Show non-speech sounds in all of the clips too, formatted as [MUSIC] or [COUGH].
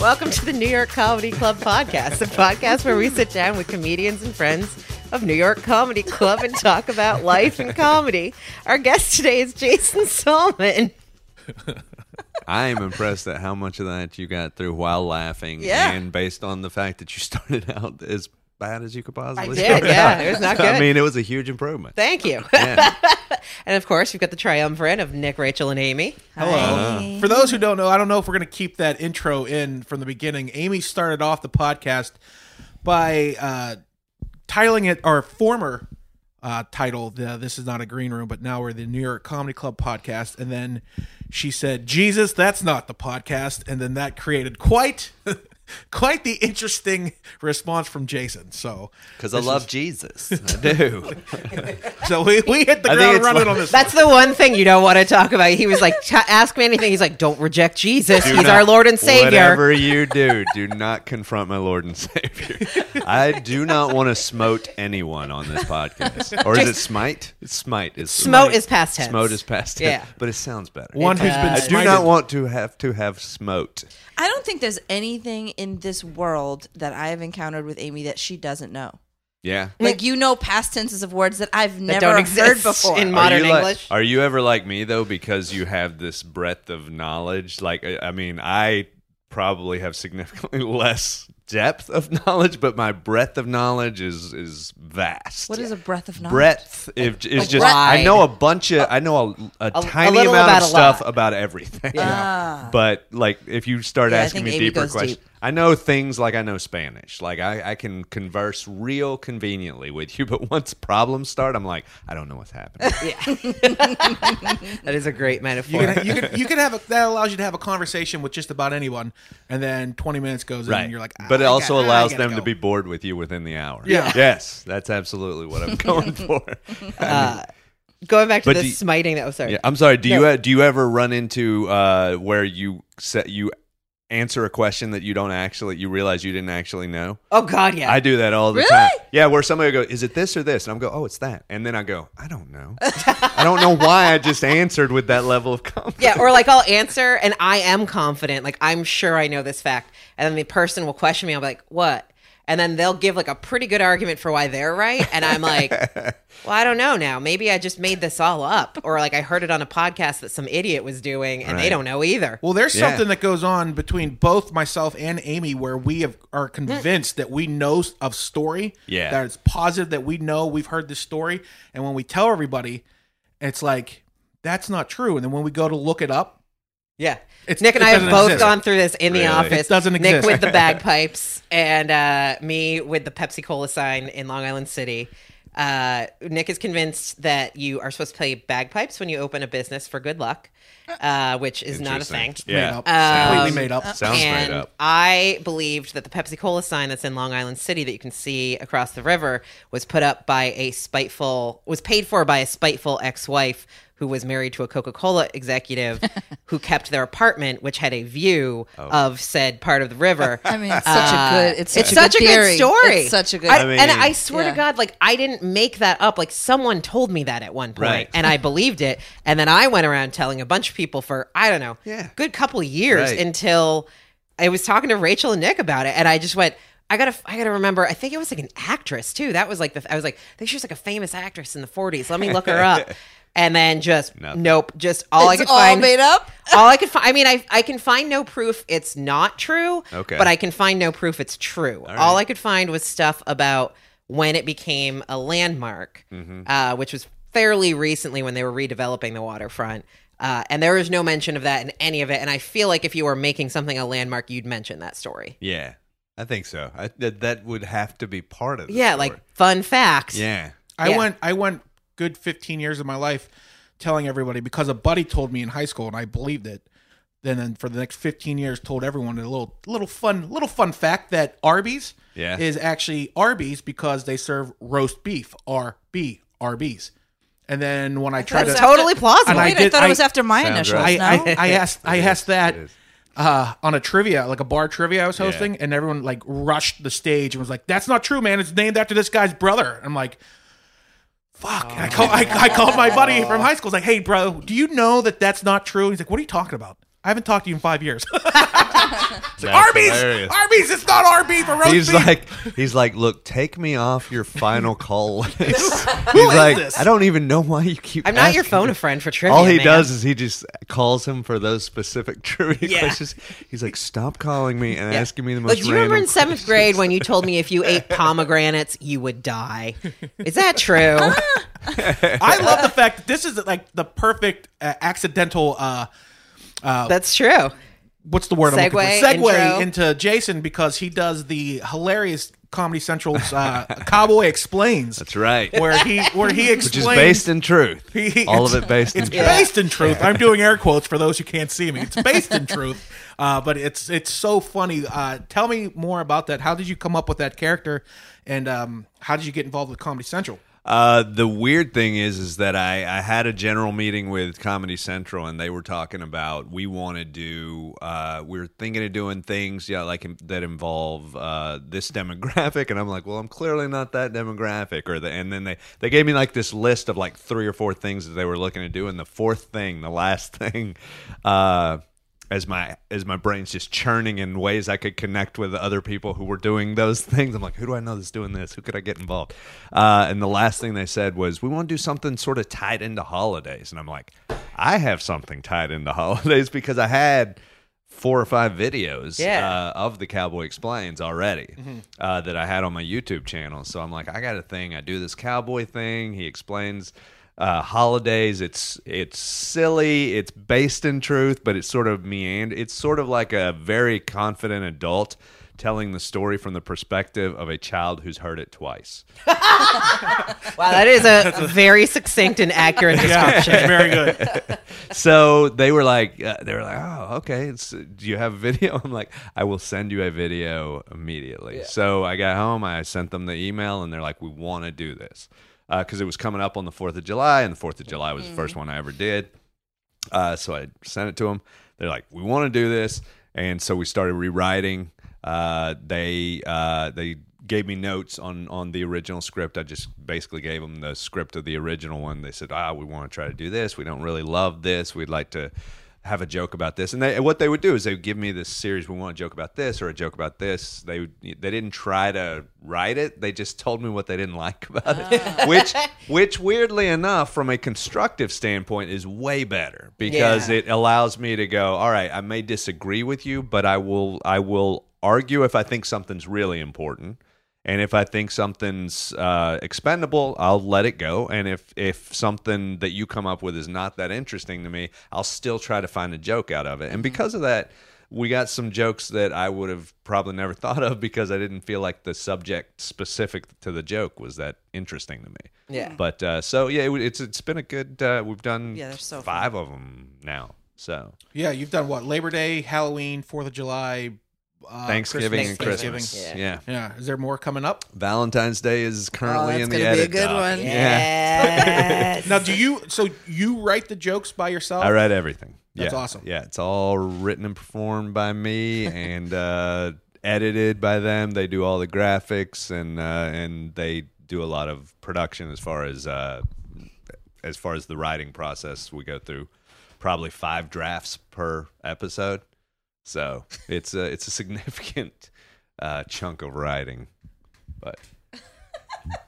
Welcome to the New York Comedy Club podcast, the podcast where we sit down with comedians and friends of New York Comedy Club and talk about life and comedy. Our guest today is Jason Solomon. I am impressed at how much of that you got through while laughing, Yeah. and based on the fact that you [LAUGHS] started out as bad as you could possibly. did, start yeah, out. it was not good. I mean, it was a huge improvement. Thank you. Yeah. [LAUGHS] And of course, you've got the triumvirate of Nick, Rachel, and Amy. Hello. Uh-huh. For those who don't know, I don't know if we're going to keep that intro in from the beginning. Amy started off the podcast by uh, titling it our former uh, title, the, This Is Not a Green Room, but now we're the New York Comedy Club podcast. And then she said, Jesus, that's not the podcast. And then that created quite. [LAUGHS] Quite the interesting response from Jason. So, Because I love Jesus, I do. so we, we hit the I think ground it's running like- on this. That's the one thing you don't want to talk about. He was like, "Ta- ask me anything. He's like, don't reject Jesus. Do He's not- our Lord and Savior. Whatever you do, do not confront my Lord and Savior. I do not want to smote anyone on this podcast. Or is it smite? It's smite. Is Smote is past tense. Smote is past tense. Yeah. But it sounds better. one who's been. I do smited. not want to have to have smote. I don't think there's anything in this world that I have encountered with Amy that she doesn't know. Yeah. Like you know past tenses of words that I've never don't heard exist before. in Are modern you like- English. are you ever like me though, because you have this breadth of knowledge? Like, I I mean, I probably have significantly [LAUGHS] less depth of [LAUGHS] knowledge, but my breadth of knowledge is is vast. what is a breath of knowledge? breadth if, is just wide. I know a bunch of I know a, a, tiny little amount about of a stuff lot. about everything. Ah. But like if you start Yeah, I asking think me Amy deeper goes questions, deep. I know things like I know Spanish. Like I, I can converse real conveniently with you, but once problems start, I'm like, I don't know what's happening. [LAUGHS] That is a great You metaphor. can, you can you can have a, that allows you to have a conversation with just about anyone, and then twenty minutes goes in, and you're like, but it "Ah, I also gotta- I allows gotta them to go." be bored with you within the hour. Yeah. Yes, that's absolutely what I'm going for. Uh, Going back to But the do you- smiting that was sorry. Yeah, I'm sorry. Do No. you e, do you ever run into uh, where you set you answer a question that you don't actually you realize you didn't actually know? Oh God, yeah. I do that all the Really? time. Yeah, where somebody will go, is it this or this? And I'm go, oh, it's that. And then I go, I don't know. I don't know why I just answered with that level of confidence. yeah, or like I'll answer and I am confident, like I'm sure I know this fact, and then the person will question me. I'll be like, "What?" And then they'll give like a pretty good argument for why they're right, and I'm like, "Well, I don't know now. Maybe I just made this all up, or like I heard it on a podcast that some idiot was doing, and they Right. don't know either." Well, there's Yeah. something that goes on between both myself and Amy where we have, are convinced that we know of story. Yeah. that it's positive that we know we've heard this story, and when we tell everybody, it's like that's not true. And then when we go to look it up, Yeah. It's- Nick and it I have doesn't both exist. gone through this in the Really? office. It doesn't Nick exist. with [LAUGHS] the bagpipes and uh, me with the Pepsi Cola sign in Long Island City. Uh, Nick is convinced that you are supposed to play bagpipes when you open a business for good luck, uh, which is not a thing. Um, Interesting. made Yeah. up, completely made up. Sounds and made up. I believed that the Pepsi Cola sign that's in Long Island City that you can see across the river was put up by a spiteful, was paid for by a spiteful ex wife who was married to a Coca Cola [LAUGHS] executive who kept their apartment, which had a view Oh. of said part of the river. [LAUGHS] I mean, it's such a good. It's such, It's a, such a good theory. good story. It's such a good. I, I mean- and I swear to Yeah. God, like I didn't make that up. Like someone told me that at one point, Right. [LAUGHS] and I believed it. And then I went around telling a bunch of people for I don't know, Yeah. good couple of years Right. until I was talking to Rachel and Nick about it, and I just went. I gotta, I gotta remember. I think it was like an actress too. That was like the. I was like, I think she was like a famous actress in the '40s. Let me look her [LAUGHS] up. And then just Nothing. nope, just all it's I could all find made up. all I can find. I mean, I I can find no proof it's not true. Okay. But I can find no proof it's true. All, right. I could find was stuff about when it became a landmark, Mm-hmm. uh, which was fairly recently when they were redeveloping the waterfront. Uh, and there is no mention of that in any of it. And I feel like if you were making something a landmark, you'd mention that story. Yeah. I think so. I, that, that would have to be part of the Yeah, story. like fun fact. Yeah. I Yeah. went I went good 15 years of my life telling everybody because a buddy told me in high school and I believed it. Then then for the next 15 years told everyone a little little fun little fun fact that Arby's Yeah. is actually Arby's because they serve roast beef R B Arby's. And then when I tried It's to totally plausible. And I Wait, I, did- thought I- it was after my Sounds initials. right. No? I, I, [LAUGHS] I asked I asked that is. uh, on a trivia, like a bar trivia I was hosting, and everyone like rushed the stage and was like, "That's not true, man. It's named after this guy's brother." I'm like, "Fuck!" And I Oh. [LAUGHS] call I, I called my buddy from high school. I was like, "Hey, bro, do you know that that's not true?" He's like, "What are you talking about?" I haven't talked to you in five years. [LAUGHS] That's Arby's, hilarious. Arby's, it's not Arby's, but roast He's beef. like, he's like, look, take me off your final call [LAUGHS] list. he's like, this? I don't even know why you keep. I'm not your asking phone me." a friend for trivia. All he man. does is he just calls him for those specific [LAUGHS] trivia Yeah. questions. He's like, stop calling me and Yeah. asking me the most. Like, do you remember random in seventh questions." grade when you told me if you [LAUGHS] ate pomegranates, you would die? Is that true? [LAUGHS] I love the fact that this is like the perfect uh, accidental. Uh, That's true. what's the word? I'm looking for? Segue, Segue intro. into Jason because he does the hilarious Comedy Central's uh, Cowboy Explains. That's [LAUGHS] right. [LAUGHS] Where he where he explains Which is based in truth. He- All of it's- it [LAUGHS] based in It's truth. based in truth. I'm doing air quotes for those who can't see me. It's based in truth, [LAUGHS] uh, but it's it's so funny. Uh, tell me more about that. How did you come up with that character, and um, how did you get involved with Comedy Central? Uh, the weird thing is, is that I, I had a general meeting with Comedy Central, and they were talking about we want to do, uh, we were thinking of doing things, yeah, like that involve uh, this [LAUGHS] demographic, and I'm like, well, I'm clearly not that demographic, or the, and then they they gave me like this list of like three or four things that they were looking to do, and the fourth thing, the last [LAUGHS] thing, uh, as my as my brain's just churning in ways I could connect with other people who were doing those [LAUGHS] things. I'm like, who do I know that's doing this? Who could I get involved? Uh, and the last thing they said was, we want to do something sort of tied into holidays. And I'm like, I have something tied into [LAUGHS] holidays because I had four or five videos Yeah. uh, of the Cowboy Explains already uh, that I had on my YouTube channel. So I'm like, I got a thing. I do this cowboy thing. He explains uh, holidays. It's it's silly. It's based in truth, but it's sort of meander. It's sort of like a very confident adult telling the story from the perspective of a child who's heard it twice. Wow, that is a very succinct and accurate description. very good. so they were like, uh, they were like, oh, okay. It's, do you have a video? [LAUGHS] I'm like, I will send you a video immediately. So I got home, I sent them the email, and they're like, we want to do this because it was coming up on the Fourth of July, and the Fourth of July was the first one I ever did. Uh, so I sent it to them. They're like, "We want to do this," and so we started rewriting. Uh, they uh, they gave me notes on on the original script. I just basically gave them the script of the original one. They said, "Ah, we want to try to do this. We don't really love this. We'd like to." Have a joke about this, and they, what they would do is they would give me this series. We want a joke about this or a joke about this. They would- they didn't try to write it. They just told me what they didn't like about it, [LAUGHS] which which weirdly enough, from a constructive standpoint, is way better because Yeah. it allows me to go. All right, I may disagree with you, but I will I will argue if I think something's really important, and if I think something's uh, expendable, I'll let it go. And if if something that you come up with is not that interesting to me, I'll still try to find a joke out of it. And because of that. We got some jokes that I would have probably never [LAUGHS] thought of because I didn't feel like the subject specific to the joke was that interesting to me. Yeah. But uh, so yeah, it, w- it's it's been a good. Uh, we've done [LAUGHS] Yeah, they're so five of them now. So Yeah, you've done what? Labor Day, Halloween, Fourth of July, uh, Thanksgiving and Thanksgiving. Christmas. Yeah. Yeah. Yeah, is there more coming up? Valentine's Day is currently Oh, that's in the gonna be a edit good doc. one. [LAUGHS] Yes. Now, do you? So you write the jokes by yourself? I read everything. That's Yeah. awesome. Yeah, it's all written and performed by [LAUGHS] me and uh, edited by them. They do all the graphics and uh, and they do a lot of production as far as uh, as far as the writing process. We go through probably five drafts per episode, so it's a it's a significant uh, chunk of writing. But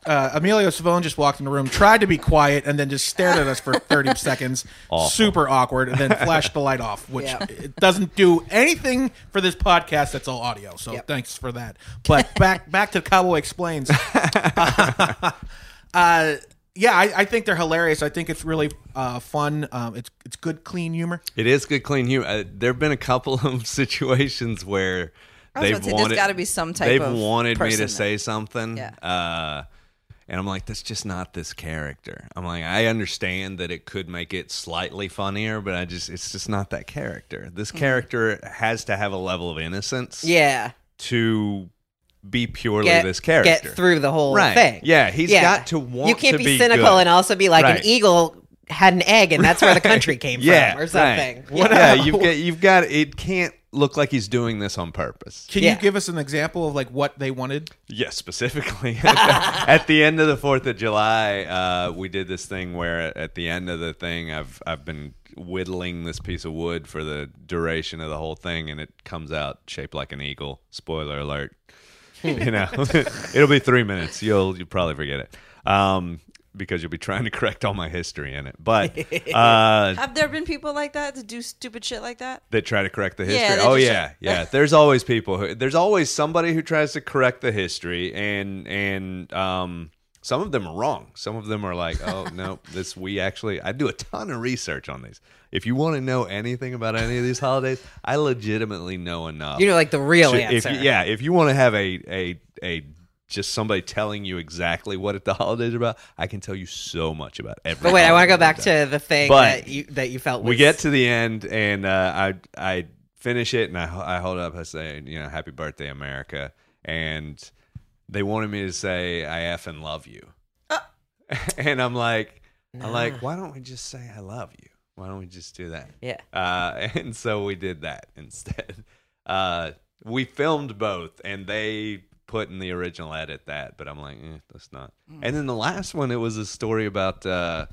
uh, Emilio Savone just walked in the room, tried to be quiet, and then just stared at us [LAUGHS] for 30 seconds. Awful. Super awkward, and then flashed the light off, which Yeah. it doesn't do anything for this podcast that's all audio. So thanks for that. [LAUGHS] But back back to Cowboy Explains. uh, yeah, I, I think they're hilarious. I think it's really uh, fun. Um, it's it's good, clean humor. it is good, clean humor. Uh, there have been a couple [LAUGHS] of situations where. was They've gonna say, there's wanted, gotta be some type They've of wanted me person to that- say something, Yeah. uh, and I'm like, that's just not this character. I'm like, I understand that it could make it slightly funnier, but I just, it's just not that character. This character has to have a level of innocence, Mm-hmm. yeah. to be purely Get, this character. get through the whole Right. thing. Yeah, he's Yeah. got to want You can't to be, be cynical good. and also be like Right. an eagle [LAUGHS] had an egg and that's where the country came yeah, from or right. something. Yeah, you've got, you've got, it can't. look like he's doing this on purpose. Can Yeah. you give us an example of like what they wanted? Yeah, specifically [LAUGHS] at the, at the end of the Fourth of July, uh, we did this thing where at the end of the thing, I've I've been whittling this piece of wood for the duration of the whole thing, and it comes out shaped like an eagle. Spoiler alert! you know, [LAUGHS] it'll be three minutes. You'll you'll probably forget it um, because you'll be trying to correct all my history in it. But uh, Have there been people like that to do stupid shit like that? that try to correct the Yeah, history. they oh just- [LAUGHS] yeah, yeah. There's always people who there's always somebody who tries to correct the history and and um some of them are wrong. Some of them are like, [LAUGHS] "Oh no, this we actually I do a ton of research on these. If you want to know anything about any of these holidays, I legitimately know enough." You know, like the real to- if answer. you- yeah, if you want to have a a a just somebody telling you exactly what the holidays are about, I can tell you so much about everything. But wait, I want to go back to the thing But that you that you felt. Was, we get to the end and uh, I I finish it and I I hold up I say you know happy birthday America and they wanted me to say I f and love you Uh. [LAUGHS] and I'm like I'm like why don't we just say I love you why don't we just do that Yeah. [LAUGHS] uh, and so we did that [LAUGHS] instead uh, we filmed both and they put in the original edit that but I'm like eh, that's not Hmm. and then the last one it was a story about uh,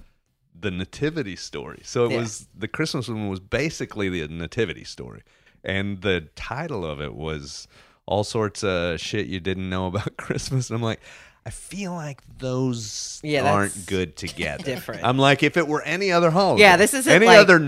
the nativity story. So it Yeah. was the Christmas one was basically the nativity story, and the title of it was all sorts of shit you didn't know about [LAUGHS] Christmas. And I'm like, I feel like those Yeah, aren't that's good together. [LAUGHS] different. I'm like, if it were any other holiday, Yeah, this isn't any like- other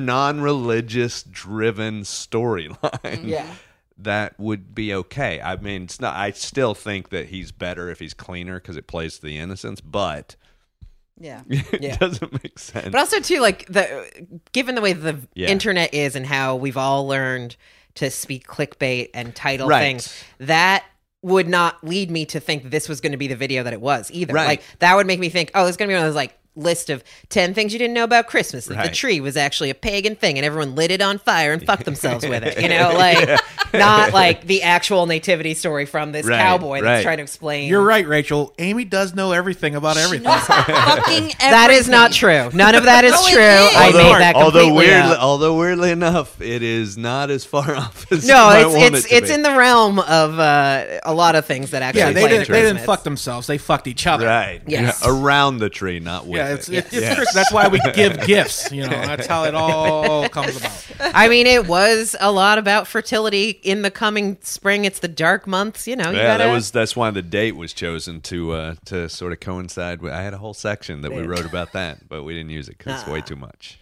non-religious driven storyline. Yeah. That would be okay. I mean, it's not. I still think that he's better if he's cleaner because it plays to the innocence, but [LAUGHS] Yeah. it Yeah. doesn't make sense. But also too, like the given the way the Yeah. internet is and how we've all learned to speak clickbait and title Right. things, that would not lead me to think this was going to be the video that it was either. Right. Like that would make me think, oh, it's going to be one of those like list of 10 things you didn't know about Christmas that Right. the tree was actually a pagan thing and everyone lit it on fire and fucked themselves with [LAUGHS] it. You know, like not like the actual nativity story from this Right, cowboy that's right. trying to explain You're right, Rachel. Amy does know everything about everything. Fucking That is not true. None of that is No, it true. is. I made that completely although weirdly, up. although weirdly enough, it is not as far [LAUGHS] off as No, you might it's want it's it to it's be. in the realm of uh, a lot of things that actually. yeah, they play didn't. They didn't Christmas. fuck themselves. They fucked each other. right. Yes. Yeah, around the tree, not with Yeah, it's, it. it's, it's Christmas. That's why we [LAUGHS] give gifts. You know, that's how it all comes about. I mean, it was a lot about fertility in the coming spring. It's the dark months, you know. You Yeah, gotta, that was that's why the date was chosen to uh, to sort of coincide with. I had a whole section that we wrote about that, but we didn't use it because it's way too much.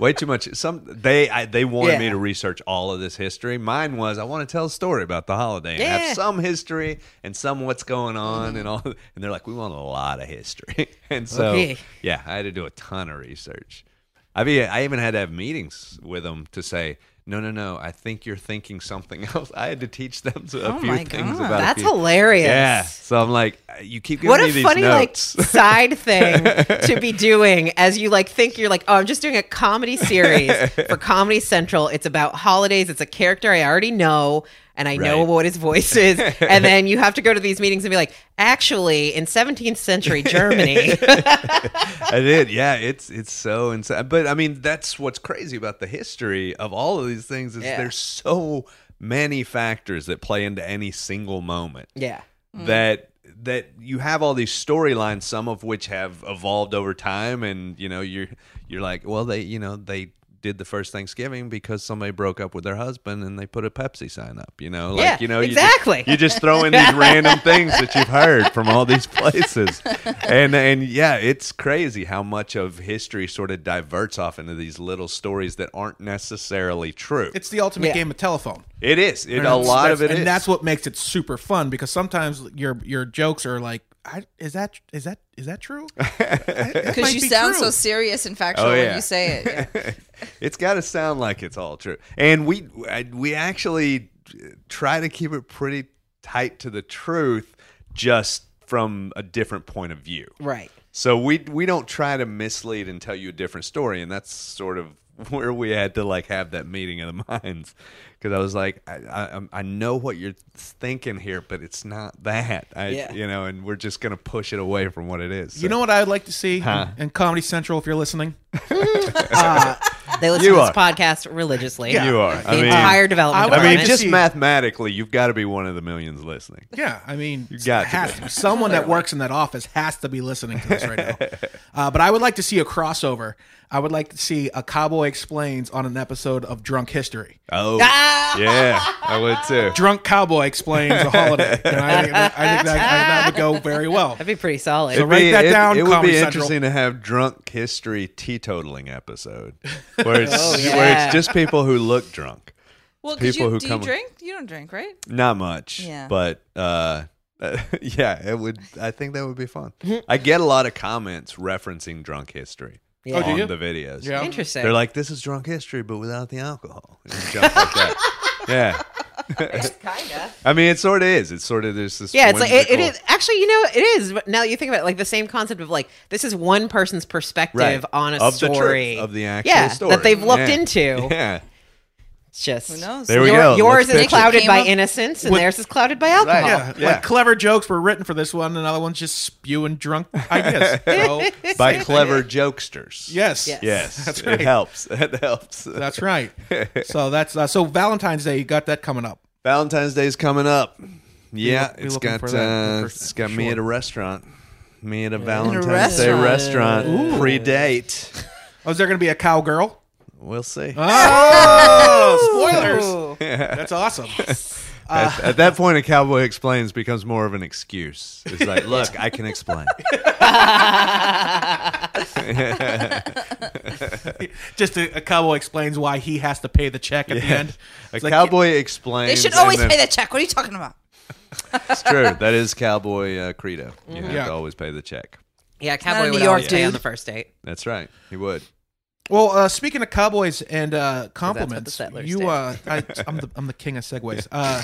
Way too much. Some they I, they wanted me Yeah. to research all of this history. Mine was I want to tell a story about the holiday and Yeah. have some history and some what's going on and all. And they're like, we want a lot of history, [LAUGHS] and so Okay. yeah, I had to do a ton of research. I mean, I even had to have meetings with them to say. No, no, no! I think you're thinking something [LAUGHS] else. I had to teach them to a Oh few my things God. about a That's few- hilarious. yeah. So I'm like, uh, you keep giving What me a these funny like notes. [LAUGHS] side thing to be doing as you like think you're like oh I'm just doing a comedy series for Comedy Central. It's about holidays. It's a character I already know and I know Right. what his voice [LAUGHS] is. and then you have to go to these meetings and be like, actually, in 17th century Germany, [LAUGHS] [LAUGHS] I did. Yeah, it's it's so insane. But I mean, that's what's crazy about the history of all of these things is Yeah. there's so many factors that play into any single moment yeah. Mm. that that you have all these storylines some of which have evolved over time and you know you're you're like well they you know they did the first Thanksgiving because somebody broke up with their husband and they put a Pepsi sign up you know like Yeah, you know exactly. you just, you just throw in these random things that you've heard from all these places and and yeah it's crazy how much of history sort of diverts off into these little stories that aren't necessarily true It's the ultimate Yeah. game of telephone. it is it, a That's- lot of it that's- and is. that's what makes it super fun because sometimes your your jokes are like, I, is that is that is that true? [LAUGHS] because might you be sound true. so serious and factual Oh, when yeah. you say it. [LAUGHS] Yeah. it's got to sound like it's all true. And we I- we actually try to keep it pretty tight to the truth, just from a different point of view. Right. So we we don't try to mislead and tell you a different story, and that's sort of [LAUGHS] where we had to like have that meeting of the [LAUGHS] minds because I was like, I, I I'm- I know what you're thinking here, but it's not that. I Yeah. you know, and we're just gonna push it away from what it is. So- You know what I would like to see Huh. [LAUGHS] in Comedy Central if you're listening? Uh, They listen You to this are. podcast religiously. Yeah. You are. The I mean- entire development. I I would mean, like to just see- mathematically, you've got to be one of the millions listening. Yeah, I mean, you got to has be. to. someone [LAUGHS] that works in that office has to be listening to this right now. Uh, but I would like to see a crossover. I would like to see a cowboy explains on an episode of Drunk History. [LAUGHS] Oh, yeah, I would too. Drunk cowboy explains a holiday, and I, I think that, I think that would go very [LAUGHS] well. That'd be pretty solid. So write that it, down, It would Comedy be Central. interesting to have drunk history teetotaling [LAUGHS] episode where it's Oh, yeah. where it's just people who look drunk. Well, 'cause People you, who do come- you drink? You don't drink, right? Not much, Yeah. but uh, [LAUGHS] yeah, it would. I think that would be fun. Mm-hmm. I get a lot of comments referencing drunk history Yeah. Oh, do on you? the videos. Yeah. Interesting. They're like, this is drunk history, but without the alcohol. And [LAUGHS] junk like that. Yeah. kinda. I mean, it sort of is. It's sort of there's this. Yeah, it's like it, it whimsical- is actually, you know, it is. Now that you think about it, like the same concept of like this is one person's perspective Right. on a of the truth, story of the actual yeah, story that they've looked Yeah. into. [LAUGHS] It's Yeah, just Who knows? There we Your- go. Yours Let's pitch is it. clouded by Came up innocence, and with- theirs is clouded by alcohol. Yeah, Yeah. like clever jokes were written for this one, and other one's just spewing drunk ideas. So, by clever jokesters. yes, [LAUGHS] Yes. Yes, That's it right. helps. [LAUGHS] It helps. that's right. So that's uh, so Valentine's Day. You got that coming up. Valentine's Day's coming up. Yeah, look- be it's looking got for that uh, first- it's got me sure. at a restaurant. Me at a Valentine's Day restaurant. restaurant pre-date. Oh, is there going to be a cowgirl? We'll see. Uh, Oh, spoilers! That's awesome. [LAUGHS] at, uh. at that point, a cowboy explains becomes more of an excuse. It's like, [LAUGHS] look, I can explain. Just a, a cowboy explains why he has to pay the check at the end. A It's like- cowboy explains. They should and always then- pay the check. What are you talking about? It's true. That is cowboy uh, credo. You have Yeah. to always pay the check. Yeah, not cowboy a would New York always pay on dude. the first date. That's right. He would. Well, uh, speaking of cowboys and uh, compliments, settlers did. you, uh, [LAUGHS] I, I'm the I'm the king of segues. Uh,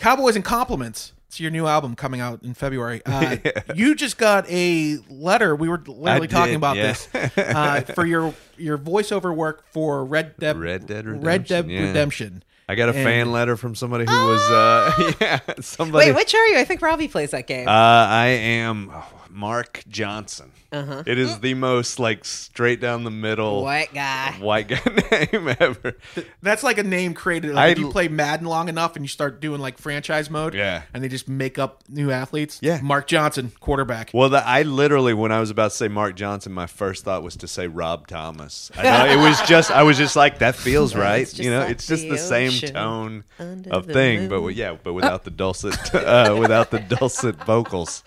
cowboys and compliments. It's your new album coming out in February. [LAUGHS] Uh, You just got a letter. We were literally did, talking about yeah. this [LAUGHS] uh, for your your voiceover work for Red Dead Red Dead Red Redemption, Dead yeah. Redemption. I got a And- fan letter from somebody who was, uh, [LAUGHS] yeah, somebody. Wait, which are you? I think Robbie plays that game. Uh, I am oh, Mark Johnson. It is the most like straight down the Uh-huh. middle White guy. white guy [LAUGHS] name ever. That's like a name created. Like if I- you play Madden long enough and you start doing like franchise mode, Yeah. and they just make up new athletes. Yeah. Mark Johnson, quarterback. Well, the, I literally, when I was about to say Mark Johnson, my first thought was to say Rob Thomas. I know it was just, I was just like, that feels right. just You know, like it's just the the, same ocean tone under of the thing, moon. Oh. but with- yeah, but without the dulcet, [LAUGHS] uh, without the dulcet vocals.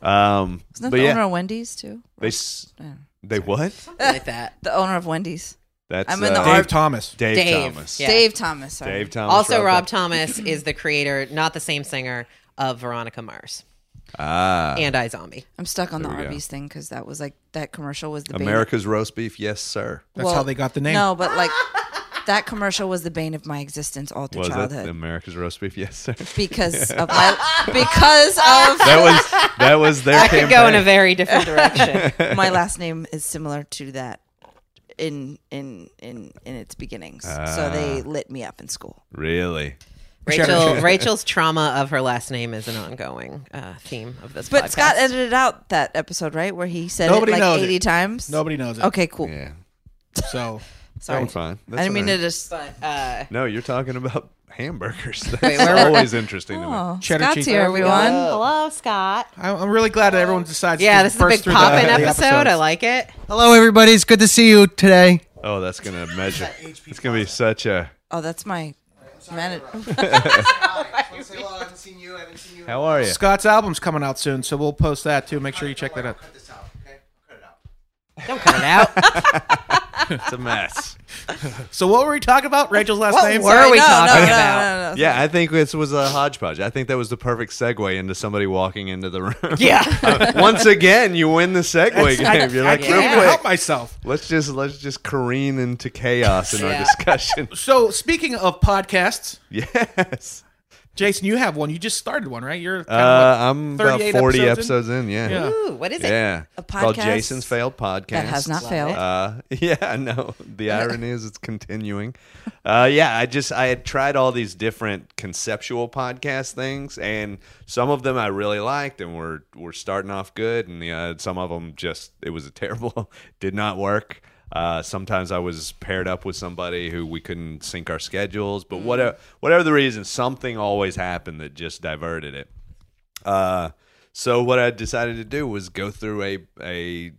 Um, Isn't but that the yeah, owner of Wendy's too? they s- Yeah. they what? like that. The owner of Wendy's, That's I'm in the uh, Well, Dave I- Thomas. Dave, Dave, Thomas. yeah. Dave Thomas. Sorry. Dave Thomas. Also, Rob Thomas. Thomas is the creator, not the same singer, of Veronica Mars Ah. and I Zombie. I'm stuck on the we go. Arby's thing because that was like that commercial was the bane of- America's roast beef, yes, sir. That's how they got the name. [LAUGHS] No, but like that commercial was the bane of my existence all through Was that childhood America's roast beef, yes, sir? [LAUGHS] [LAUGHS] because of my because of That was that was [LAUGHS] their I could go in a campaign. very [LAUGHS] different direction. my last name is similar to that in in in in its beginnings. so they Ah. lit me up in school. Really? Rachel, Rachel's trauma of her last name is an ongoing uh, theme of this. But podcast. Scott edited out that episode, right, where he said Nobody it like knows it. 80 times. Nobody knows it. Okay, cool. Yeah. So Sorry. I'm fine. That's I didn't mean all to right. just. but uh, No, you're talking about hamburgers. That's where were- always interesting to Oh, me. Cheddar Scott's cheese. here, everyone. hello, Scott. I- I'm really glad that everyone decides. Uh, Yeah, to this is a burst big through pop-in the- the episode. I episodes. like it. Hello, everybody. It's good to see you today. Oh, that's gonna measure. It's gonna be such a. Oh, that's my. Man, I haven't seen you. I haven't seen you. How are you? Scott's album's coming out soon, so we'll post that too. Make sure you check that out. this out, okay? Cut it out. Don't cut it out. It's [LAUGHS] a mess. So what were we talking about? Rachel's last name. were- [LAUGHS] are we no, talking no, about? No, no, no, Yeah, I think this was a hodgepodge. I think that was the perfect segue into somebody walking into the room. yeah. [LAUGHS] Once again, you win the segue game. You're I like, can't real even quick, help myself. let's just let's just careen into chaos in our Yeah. discussion. So speaking of podcasts, yes. Jason, you have one. You just started one, right? You're kind Uh, of I'm like about 40 episodes episodes in. yeah. Yeah. Ooh, what is it? Yeah. A It's called podcast Jason's Failed Podcast. That has not failed. Uh, [LAUGHS] yeah, I know. [LAUGHS] The irony is it's continuing. Uh, yeah, I just I had tried all these different conceptual podcast things, and some of them I really liked and [LAUGHS] were were starting off good, and uh, some of them just it was a terrible, did not work. Uh, sometimes I was paired up with somebody who we couldn't sync our schedules, Mm. but whatever, whatever the reason, something always happened that just diverted it. Uh, so what I decided to do was go through a a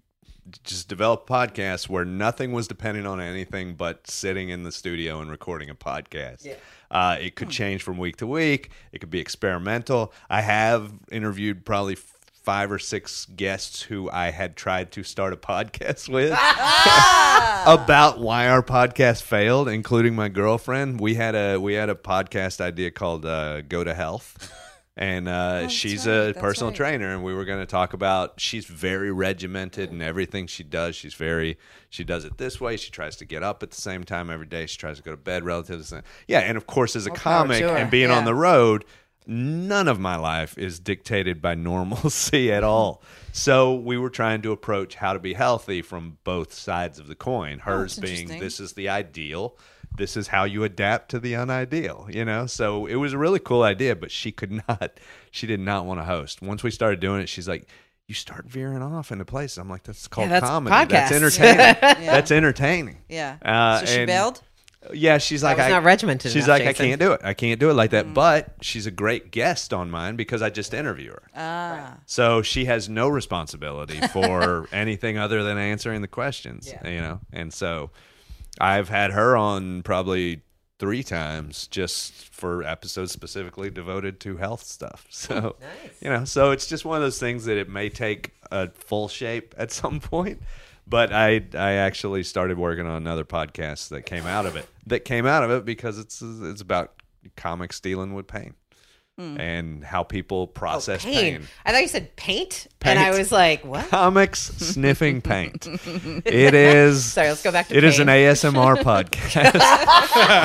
just develop podcasts where nothing was dependent on anything but sitting in the studio and recording a podcast. Uh, it Hmm. could change from week to week. It could be experimental. I have interviewed probably f- five or six guests who I had tried to start a podcast [LAUGHS] [LAUGHS] with about why our podcast failed, including my girlfriend. We had a we had a podcast idea called uh, "Go to Health," [LAUGHS] and uh, she's right, a Oh, that's personal right. trainer, and we were going to talk about. She's very regimented in everything she does. She's very she does it this way. She tries to get up at the same time every day. She tries to go to bed relative. to the- Yeah, and of course, as a power comic to her. and being on Yeah. the road. None of my life is dictated by normalcy Mm-hmm. at all. So we were trying to approach how to be healthy from both sides of the coin. Hers Oh, being that's interesting. this this is the ideal. This is how you adapt to the unideal, you know? So it was a really cool idea, but she could [LAUGHS] not, she did not want to host. Once we started doing it, she's like, you start veering off into places. I'm like, that's called that's comedy. That's podcast. entertaining. [LAUGHS] That's entertaining. Yeah. Uh, so she and- bailed. Yeah, she's like, was I, not regimented She's enough, like, Jason." I can't do it. I can't do it like that. But she's a great guest on mine because I just interview her. Ah. So she has no responsibility for anything other than answering the questions, you know. And so I've had her on probably three times just for episodes specifically devoted to health stuff. [LAUGHS] So you know, so it's just one of those things that it may take a full shape at [LAUGHS] some point. But I I actually started working on another podcast that came out of it. That came out of it because it's it's about comics dealing with pain. And how people process Hmm. Oh, pain. pain I thought you said paint, and I Paint. was like, [LAUGHS] what? comics [LAUGHS] sniffing paint. It is. Sorry, let's go back to It is pain. [LAUGHS] an ASMR podcast.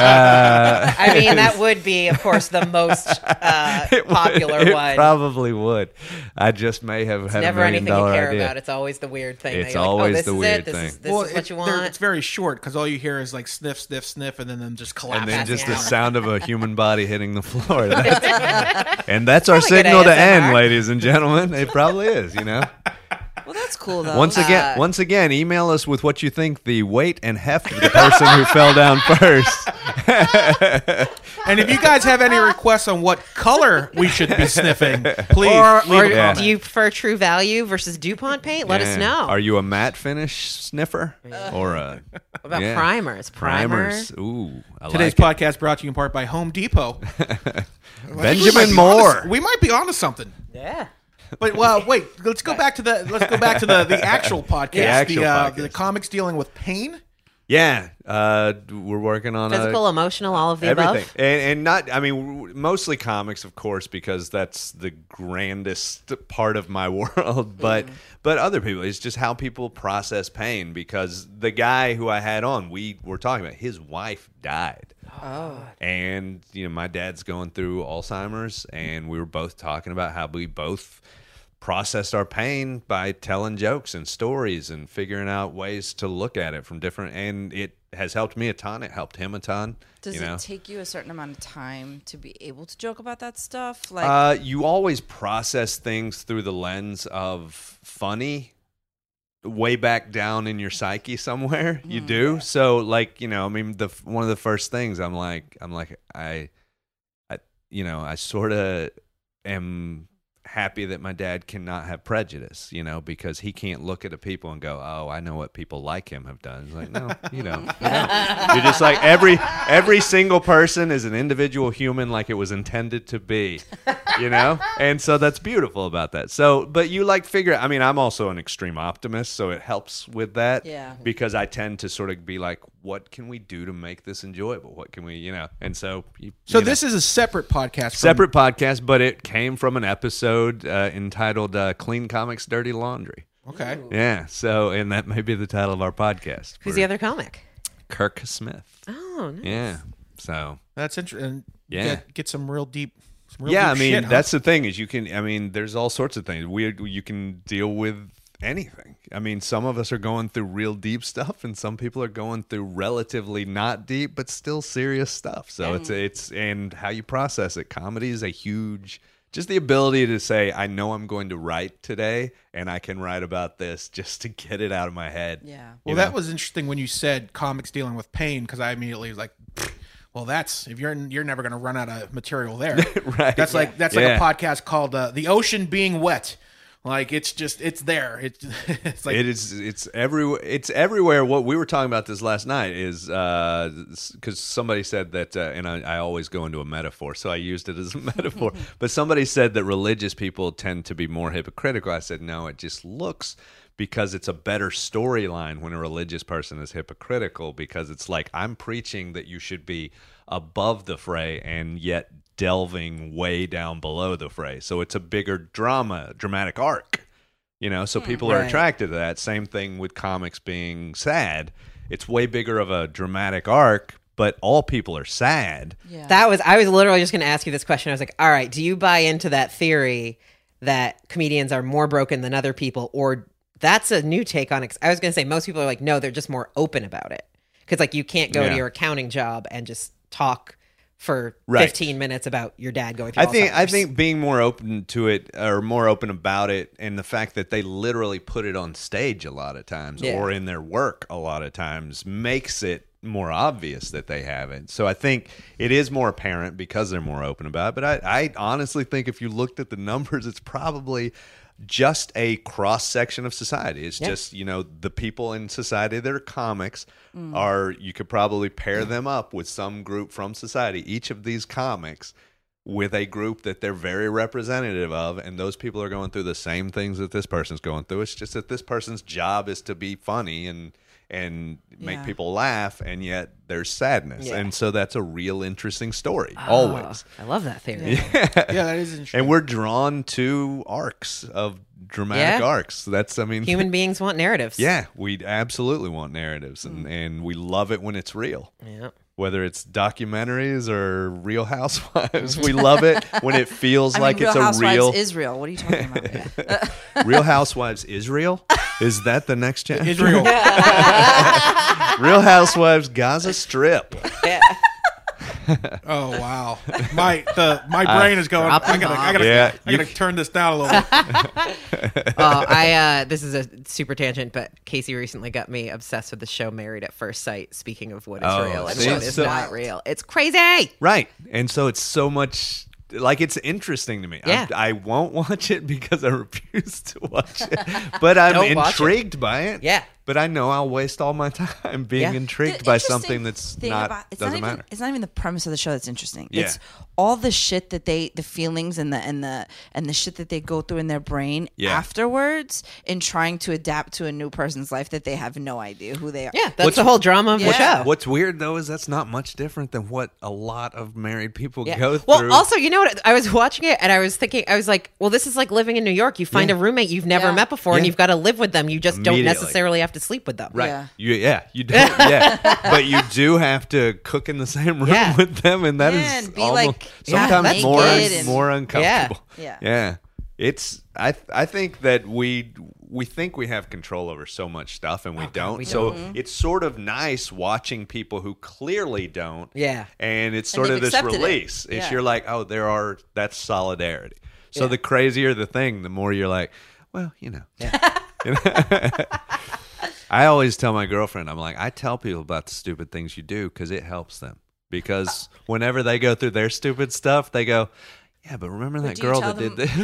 I mean, that would be, of course, the most uh, It would- popular [LAUGHS] it one. Probably would. I just may have had Never a million anything you dollar care idea. about. It's always the weird thing. It's that you're like, always oh, this the is weird it. This is, thing. this is it- what you they're- want. It's very short because all you hear is like sniff, sniff, sniff, and then them just And collapse. then Passing just the out. sound of a human body hitting [LAUGHS] the floor. That's- and that's our Probably good signal to ASMR. end, ladies and gentlemen. It probably is, you know. Well, that's cool though. uh, Once again, once again, email us with what you think the weight and heft of the person [LAUGHS] who fell down first. and if you guys have any requests on what color we should [LAUGHS] be sniffing, please or leave or a Yeah. comment. do you prefer True Value versus DuPont paint? Let us Yeah. know. Are you a matte finish sniffer or a what about yeah. primers? Primer. primers? Ooh, I Today's like it. podcast brought to you in part by Home Depot. Benjamin Moore. we might be onto something. Yeah. But well, wait. Let's go back to the let's go back to the the [LAUGHS] actual podcast. The, actual uh, podcast. the comics dealing with pain. Yeah, uh, we're working on a- Physical, emotional, all of the Uh, everything, above. and, and not. I mean, w- w- mostly comics, of course, because that's the grandest part of my [LAUGHS] world. But but other people, it's just how people process pain. Because the guy who I had on, we were talking about his wife died. Oh. and you know my dad's going through alzheimer's and we were both talking about how we both processed our pain by telling jokes and stories and figuring out ways to look at it from different and it has helped me a ton it helped him a ton does you know it take you a certain amount of time to be able to joke about that stuff? Like, uh, you always process things through the lens of funny way back down in your psyche somewhere you do so like you know i mean the one of the first things i'm like i'm like i i you know i sort of am happy that my dad cannot have prejudice you know because he can't look at the people and go oh i know what people like him have done it's like no you know you're just like every every single person is an individual human like it was intended to be. You know? And so that's beautiful about that. So but you like figure I mean, I'm also an extreme optimist, so it helps with that. Yeah. Because I tend to sort of be like, what can we do to make this enjoyable? What can we you know? And so you, So you know. this is a separate podcast. From, Separate podcast, but it came from an episode uh, entitled uh, "Clean Comics, Dirty Laundry." Okay. Yeah, so and that may be the title of our podcast. Who's We're the other comic? Kirk Smith? Oh, no. Yeah, so That's interesting. Yeah. Get, get some real deep. Some real yeah, I deep mean shit, huh? that's the thing is you can. I mean, there's all sorts of things. We you can deal with anything. I mean, some of us are going through real deep [LAUGHS] stuff, and some people are going through relatively not deep but still serious stuff. So it's it's and how you process it. Comedy is a huge just the ability to say, I know I'm going to write today, and I can write about this just to get it out of my head. Yeah. Well, that was interesting when you said comics dealing with pain because I immediately was like, "Pfft, well, that's if you're you're never going to run out of material there. [LAUGHS] Right. That's like that's Yeah. like a podcast called uh, "The Ocean Being Wet." Like it's just it's there. It's [LAUGHS] it's like it is. It's every. It's everywhere. What we were talking about this last night is because somebody said that, uh, and I, I always go into a metaphor, so I used it as a [LAUGHS] metaphor. [LAUGHS] but somebody said that religious people tend to be more hypocritical. I said no. It just looks because it's a better storyline when a religious person is hypocritical because it's like I'm preaching that you should be above the fray and yet delving way down below the fray. So it's a bigger drama, dramatic arc you know so people are Right. attracted to that same thing with comics being sad it's way bigger of a dramatic arc but all people are sad Yeah. That was I was literally just going to ask you this question. I was like, "All right, do you buy into that theory that comedians are more broken than other people or that's a new take on it?" I was going to say most people are like, "No, they're just more open about it." Cuz like you can't go Yeah. to your accounting job and just talk for Right. 15 minutes about your dad going through I think I Alzheimer's. think being more open to it or more open about it and the fact that they literally put it on stage a lot of times Yeah. or in their work a lot of times makes it more obvious that they have it. So I think it is more apparent because they're more open about it. But I, I honestly think if you looked at the [LAUGHS] numbers, it's probably just a cross section of society. It's Yeah. just, you know, the people in society that are comics Mm. are you could probably pair them up with some group from society. Each of these comics with a group that they're very representative of and those people are going through the same things that this person's going through it's just that this person's job is to be funny and and make Yeah. people laugh and yet there's sadness Yeah. and so that's a real interesting story Oh, always I love that theory. yeah, that is interesting. and we're drawn to arcs of dramatic Yeah. arcs that's i mean Human beings want narratives. yeah we absolutely want narratives and and we love it when it's real Yeah. whether it's documentaries or Real Housewives. We love it when it feels I mean, like Real it's a Housewives real [LAUGHS] Israel. What are you talking [LAUGHS] about? Real Housewives Israel. Is that the next chapter? [LAUGHS] Israel. Real Housewives Gaza Strip. [LAUGHS] Yeah. Oh wow, my the my brain is going. I dropping gotta I gotta, Yeah, I you gotta turn this down a little. bit. [LAUGHS] oh, I uh, this is a super tangent, but Casey recently got me obsessed with the show Married at First Sight. Speaking of what is Oh, real and see, what is so- not real, it's crazy. Right. And so it's so much like it's interesting to me. I'm- Yeah. I, won't watch it because I refuse to watch it, but I'm Don't watch it. intrigued by it. Yeah. But I know I'll waste all my [LAUGHS] time being Yeah. intrigued The by interesting something that's thing not about- it's doesn't not even, matter. It's not even the premise of the show that's interesting. Yeah. It's all the shit that they, the feelings and the and the and the shit that they go through in their brain Yeah. afterwards in trying to adapt to a new person's life that they have no idea who they are. Yeah, that's What's- the whole drama of Yeah. the show. What's weird though is that's not much different than what a lot of married people Yeah. go well, through. also, you know what? I was watching it and I was thinking, I was like, well, this is like living in New York. You find a roommate you've never Yeah. met before and Yeah. you've got to live with them. You just don't Immediately. necessarily have to sleep with them. Right. Yeah. You, yeah. You don't. Yeah. but you do have to cook in the same room Yeah. with them, and that is Yeah, and be almost, like- Yeah, sometimes naked more and- more uncomfortable. Yeah. Yeah. It's I th- I think that we we think we have control over so much stuff and we don't. so it's sort of nice watching people who clearly don't. Yeah. And it's sort of they've this accepted it. release. It's Yeah. you're like, oh, there are that's solidarity. So the crazier the thing, the more you're like, well, you know. [LAUGHS] I always tell my girlfriend, I'm like, I tell people about the stupid things you do because it helps them. [LAUGHS] Because whenever they go through their stupid stuff, they go, yeah, but remember that do you girl tell that did them- [LAUGHS]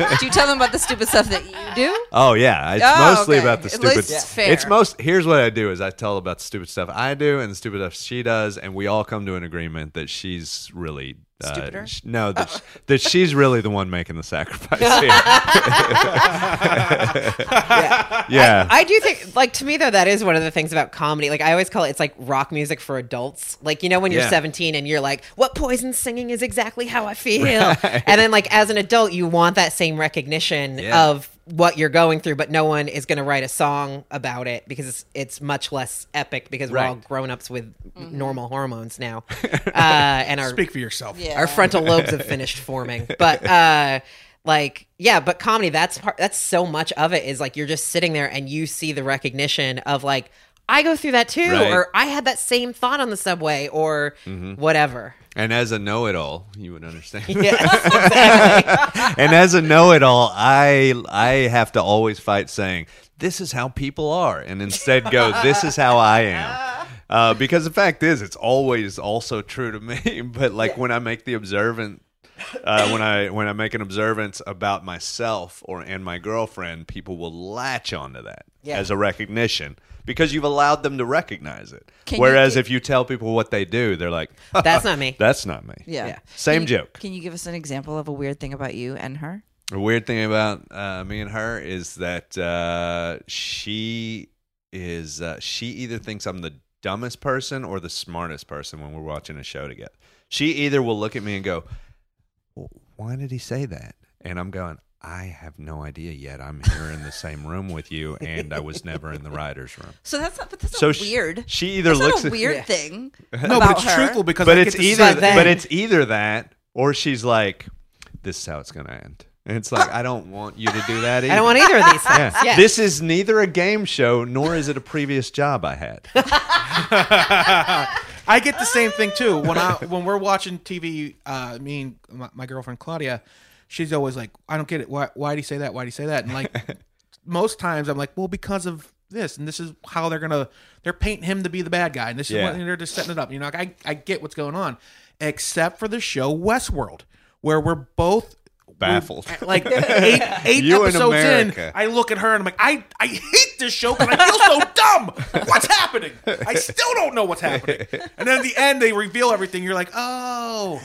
this? [LAUGHS] Do you tell them about the stupid stuff that you do? Oh yeah, it's Oh, mostly okay. about the At stupid. least it's fair. It's most. Here's what I do: is I tell about the stupid stuff I do and the stupid stuff she does, and we all come to an agreement that she's really uh, Stupider? Oh. sh- no, that, sh- that she's really the one making the [LAUGHS] sacrifice. Here. [LAUGHS] yeah, I do think, like, to me, though, that is one of the things about comedy. Like, I always call it, it's like rock music for adults. Like, you know, when you're Yeah. 17 and you're like, what poison singing is exactly how I feel. [LAUGHS] And then, like, as an adult, you want that same recognition Yeah. of what you're going through, but no one is going to write a song about it because it's, it's much less epic because we're all Right. grown ups with normal hormones [LAUGHS] now. Uh, and our Speak for yourself. Yeah. our frontal lobes have finished forming but uh like yeah but comedy that's part that's so much of it is like you're just sitting there and you see the recognition of like I go through that too, Right. Mm-hmm. or I had that same thought on the subway, or whatever. And as a know-it-all, you would understand. Yes. and as a know-it-all, I I have to always fight saying this is how people are, and instead go this is how I am. Uh, because the fact is, it's always also true to me. [LAUGHS] But like when I make the observant, uh, when I when I make an observance about myself or and my girlfriend, people will latch onto that Yeah. as a recognition because you've allowed them to recognize it. Can you Whereas gi- if you tell people what they do, they're like, That's not me. That's not me. Yeah. Yeah. Same Can you- joke. Can you give us an example of a weird thing about you and her? The weird thing about uh, me and her is that uh, she is uh, she either thinks I'm the dumbest person or the smartest person when we're watching a show together. She either will look at me and go, well, "Why did he say that?" and I'm going, "I have no idea yet. I'm here in the same room with you, and I was never in the writers' room." So that's not. But that's So not she- weird. she either That's looks not at- a weird Yeah. thing. No, about but it's her. truthful because but I it's get to either decide- then. but it's either that or she's like, "This is how it's gonna end," and it's like, "I don't want you to do that." Either. I don't want either of these things. Yeah. Yeah. This is neither a game show nor is it a previous job I [LAUGHS] had. I get the same thing too when I when we're watching TV. Uh, me and my, my girlfriend Claudia, she's always like, "I don't get it. Why? Why do you say that? Why do you say that?" [LAUGHS] And like most times, I'm like, "Well, because of this, and this is how they're gonna they're painting him to be the bad guy, and this Yeah. is what they're just setting it up." You know, like, I I get what's going on, except for the show Westworld, where we're both Baffled. Like eight, eight You and episodes in, America. I look at her and I'm like, I, I hate this show because I feel so dumb. What's happening? I still don't know what's happening. And then at the end, they reveal everything. You're like, oh,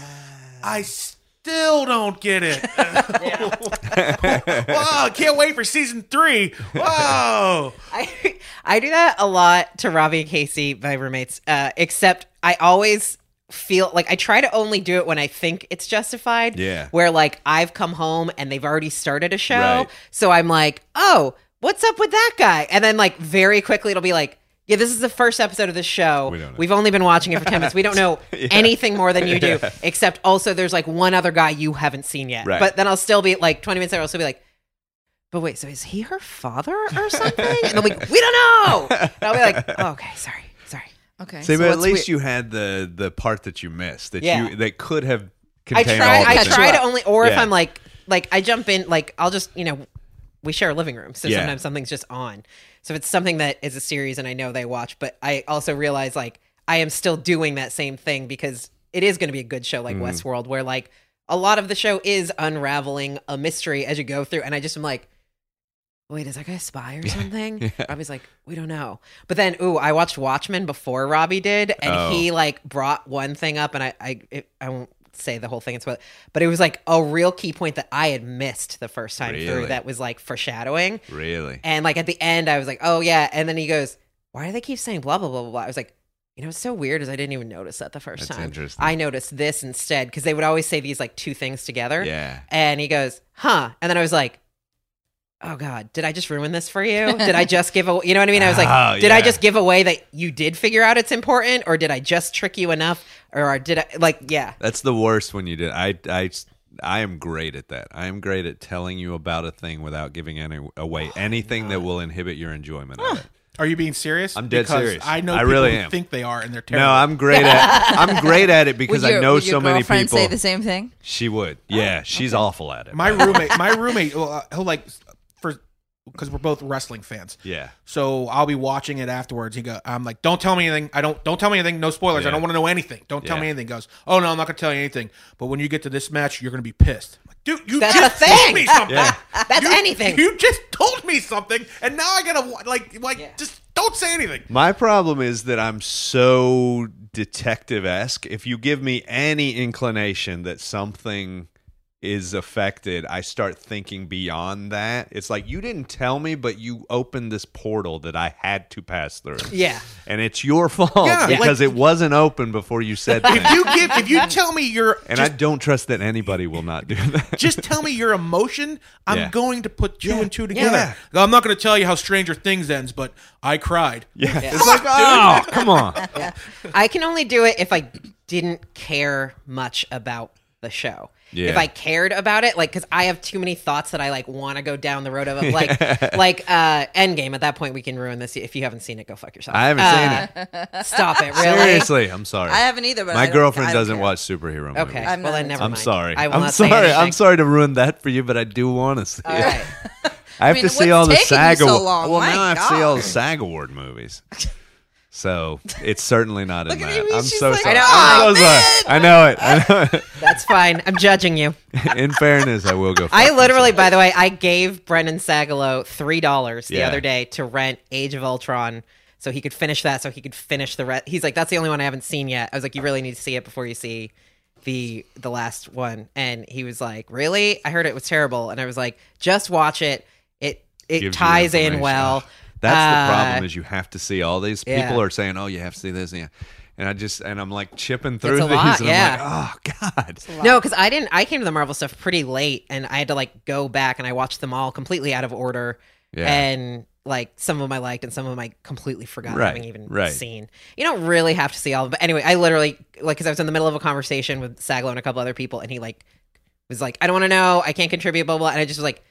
I still don't get it. [LAUGHS] Whoa, can't wait for season three. Whoa. I I do that a lot to Robbie and Casey, my roommates. Uh, except I always feel like I try to only do it when I think it's justified. Yeah. Where like I've come home and they've already started a show, Right. so I'm like, oh, what's up with that guy? And then like very quickly it'll be like. Yeah, this is the first episode of this show. We don't know. We've only been watching it for 10 minutes. We don't know anything more than you do, except also there's like one other guy you haven't seen yet. Right. But then I'll still be like 20 minutes later, I'll still be like, but wait, so is he her father or something? And they'll be, we don't know. And I'll be like, oh, okay, sorry, sorry. Okay. See, but at what's least weird- you had the the part that you missed that Yeah. you that could have I contained try, all the I things. try to only, or if Yeah. I'm like, like I jump in, like I'll just, you know, we share a living room, so Yeah. sometimes something's just on. So if it's something that is a series and I know they watch, but I also realize like I am still doing that same thing because it is going to be a good show Mm. like Westworld, where like a lot of the show is unraveling a mystery as you go through, and I just am like. wait, is that guy a spy [LAUGHS] or something? Robbie's like, we don't know. But then, ooh, I watched Watchmen before Robbie did, and Oh. he like brought one thing up, and I, I, it, I won't say the whole thing. It's what, but it was like a real key point that I had missed the first time Really? through. That was like foreshadowing, Really? and like at the end, I was like, oh yeah. And then he goes, why do they keep saying blah blah blah blah? blah? I was like. You know, it's so weird is I didn't even notice that the first That's time. interesting. I noticed this instead because they would always say these like two things together. Yeah. And he goes, huh. And then I was like, oh God, did I just ruin this for you? Did I just give away? You know what I mean? I was like, [LAUGHS] Oh, did I yeah. just give away that you did figure out it's important or did I just trick you enough or did I, like, [LAUGHS] yeah. That's the worst when you did. I I I am great at that. I am great at telling you about a thing without giving any away Oh anything that will inhibit your enjoyment of it. Are you being serious? I'm dead Because serious. I know I people really who am. think they are, and they're terrible. No, I'm great at I'm great at it because [LAUGHS] Would your, I know would your so many girlfriend people. Say the same thing. She would. Yeah, she's awful at it. my roommate. My roommate. Well, uh, he'll like for because we're both wrestling fans. yeah. So I'll be watching it afterwards. He go, I'm like, don't tell me anything. I don't don't tell me anything. No spoilers. Yeah. I don't want to know anything. Don't tell Yeah. me anything. Goes, oh no, I'm not gonna tell you anything. But when you get to this match, you're gonna be pissed. I'm like, Dude, you That's just the told thing. [LAUGHS] me something. Yeah. That's anything. You just told me something, and now I gotta wa- like like Yeah. just don't say anything. My problem is that I'm so detective esque. If you give me any inclination that something is affected, I start thinking beyond that. It's like you didn't tell me, but you opened this portal that I had to pass through. Yeah. And it's your fault Yeah, like- because it wasn't open before you [LAUGHS] said If that. you give, [LAUGHS] if you tell me your and just, I don't trust that anybody will not do that. just tell me your emotion. I'm Yeah. going to put two and two Yeah. together. I'm not gonna tell you how Stranger Things ends, but I cried. yeah. It's like, oh, come on. I can only do it if I didn't care much about the show. Yeah. If I cared about it, like, because I have too many thoughts that I like want to go down the road of, of, [LAUGHS] like, like uh, Endgame. At that point, we can ruin this. If you haven't seen it, go fuck yourself. I haven't seen it. Uh, Stop [LAUGHS] it, really. Seriously, I'm sorry. I haven't either, but I my don't- girlfriend I don't doesn't care. watch superhero movies. Okay, I'm well not then never I'm mind. sorry. I will I'm not say sorry. I'm anything. sorry to ruin that for you, but I do want to see All it. right. I have mean, to see what's all the taking you SAG so Award. long? Well, My now I have to see all the God. SAG Award movies. So it's certainly not in Look at that. me, I'm she's so like, sorry. I know, I'm "Aw, so sorry. I know it. I know That's fine. I'm judging [LAUGHS] you. it. in fairness, I will go. I fuck literally, by the way, I gave Brendan Sagalow three dollars the Yeah. other day to rent Age of Ultron, so he could finish that. So he could finish the rest. He's like, "That's the only one I haven't seen yet." I was like, "You really need to see it before you see the the last one." And he was like, "Really? I heard it was terrible." And I was like, "Just watch it. It it gives you ties in information. well." That's the Uh, problem is you have to see all these. yeah. People are saying, "Oh, you have to see this." Yeah. And I just and I'm like chipping through [LAUGHS] a these, lot, and yeah. I'm like, "Oh God!" [LAUGHS] No, because I didn't. I came to the Marvel stuff pretty late, and I had to like go back and I watched them all completely out of order. Yeah. And like some of them I liked, and some of them I completely forgot Right, having even right. seen. You don't really have to see all of them, but anyway, I literally like because I was in the middle of a conversation with Saglo and a couple other people, and he like was like, "I don't want to know. I can't contribute." Blah blah. And I just was like,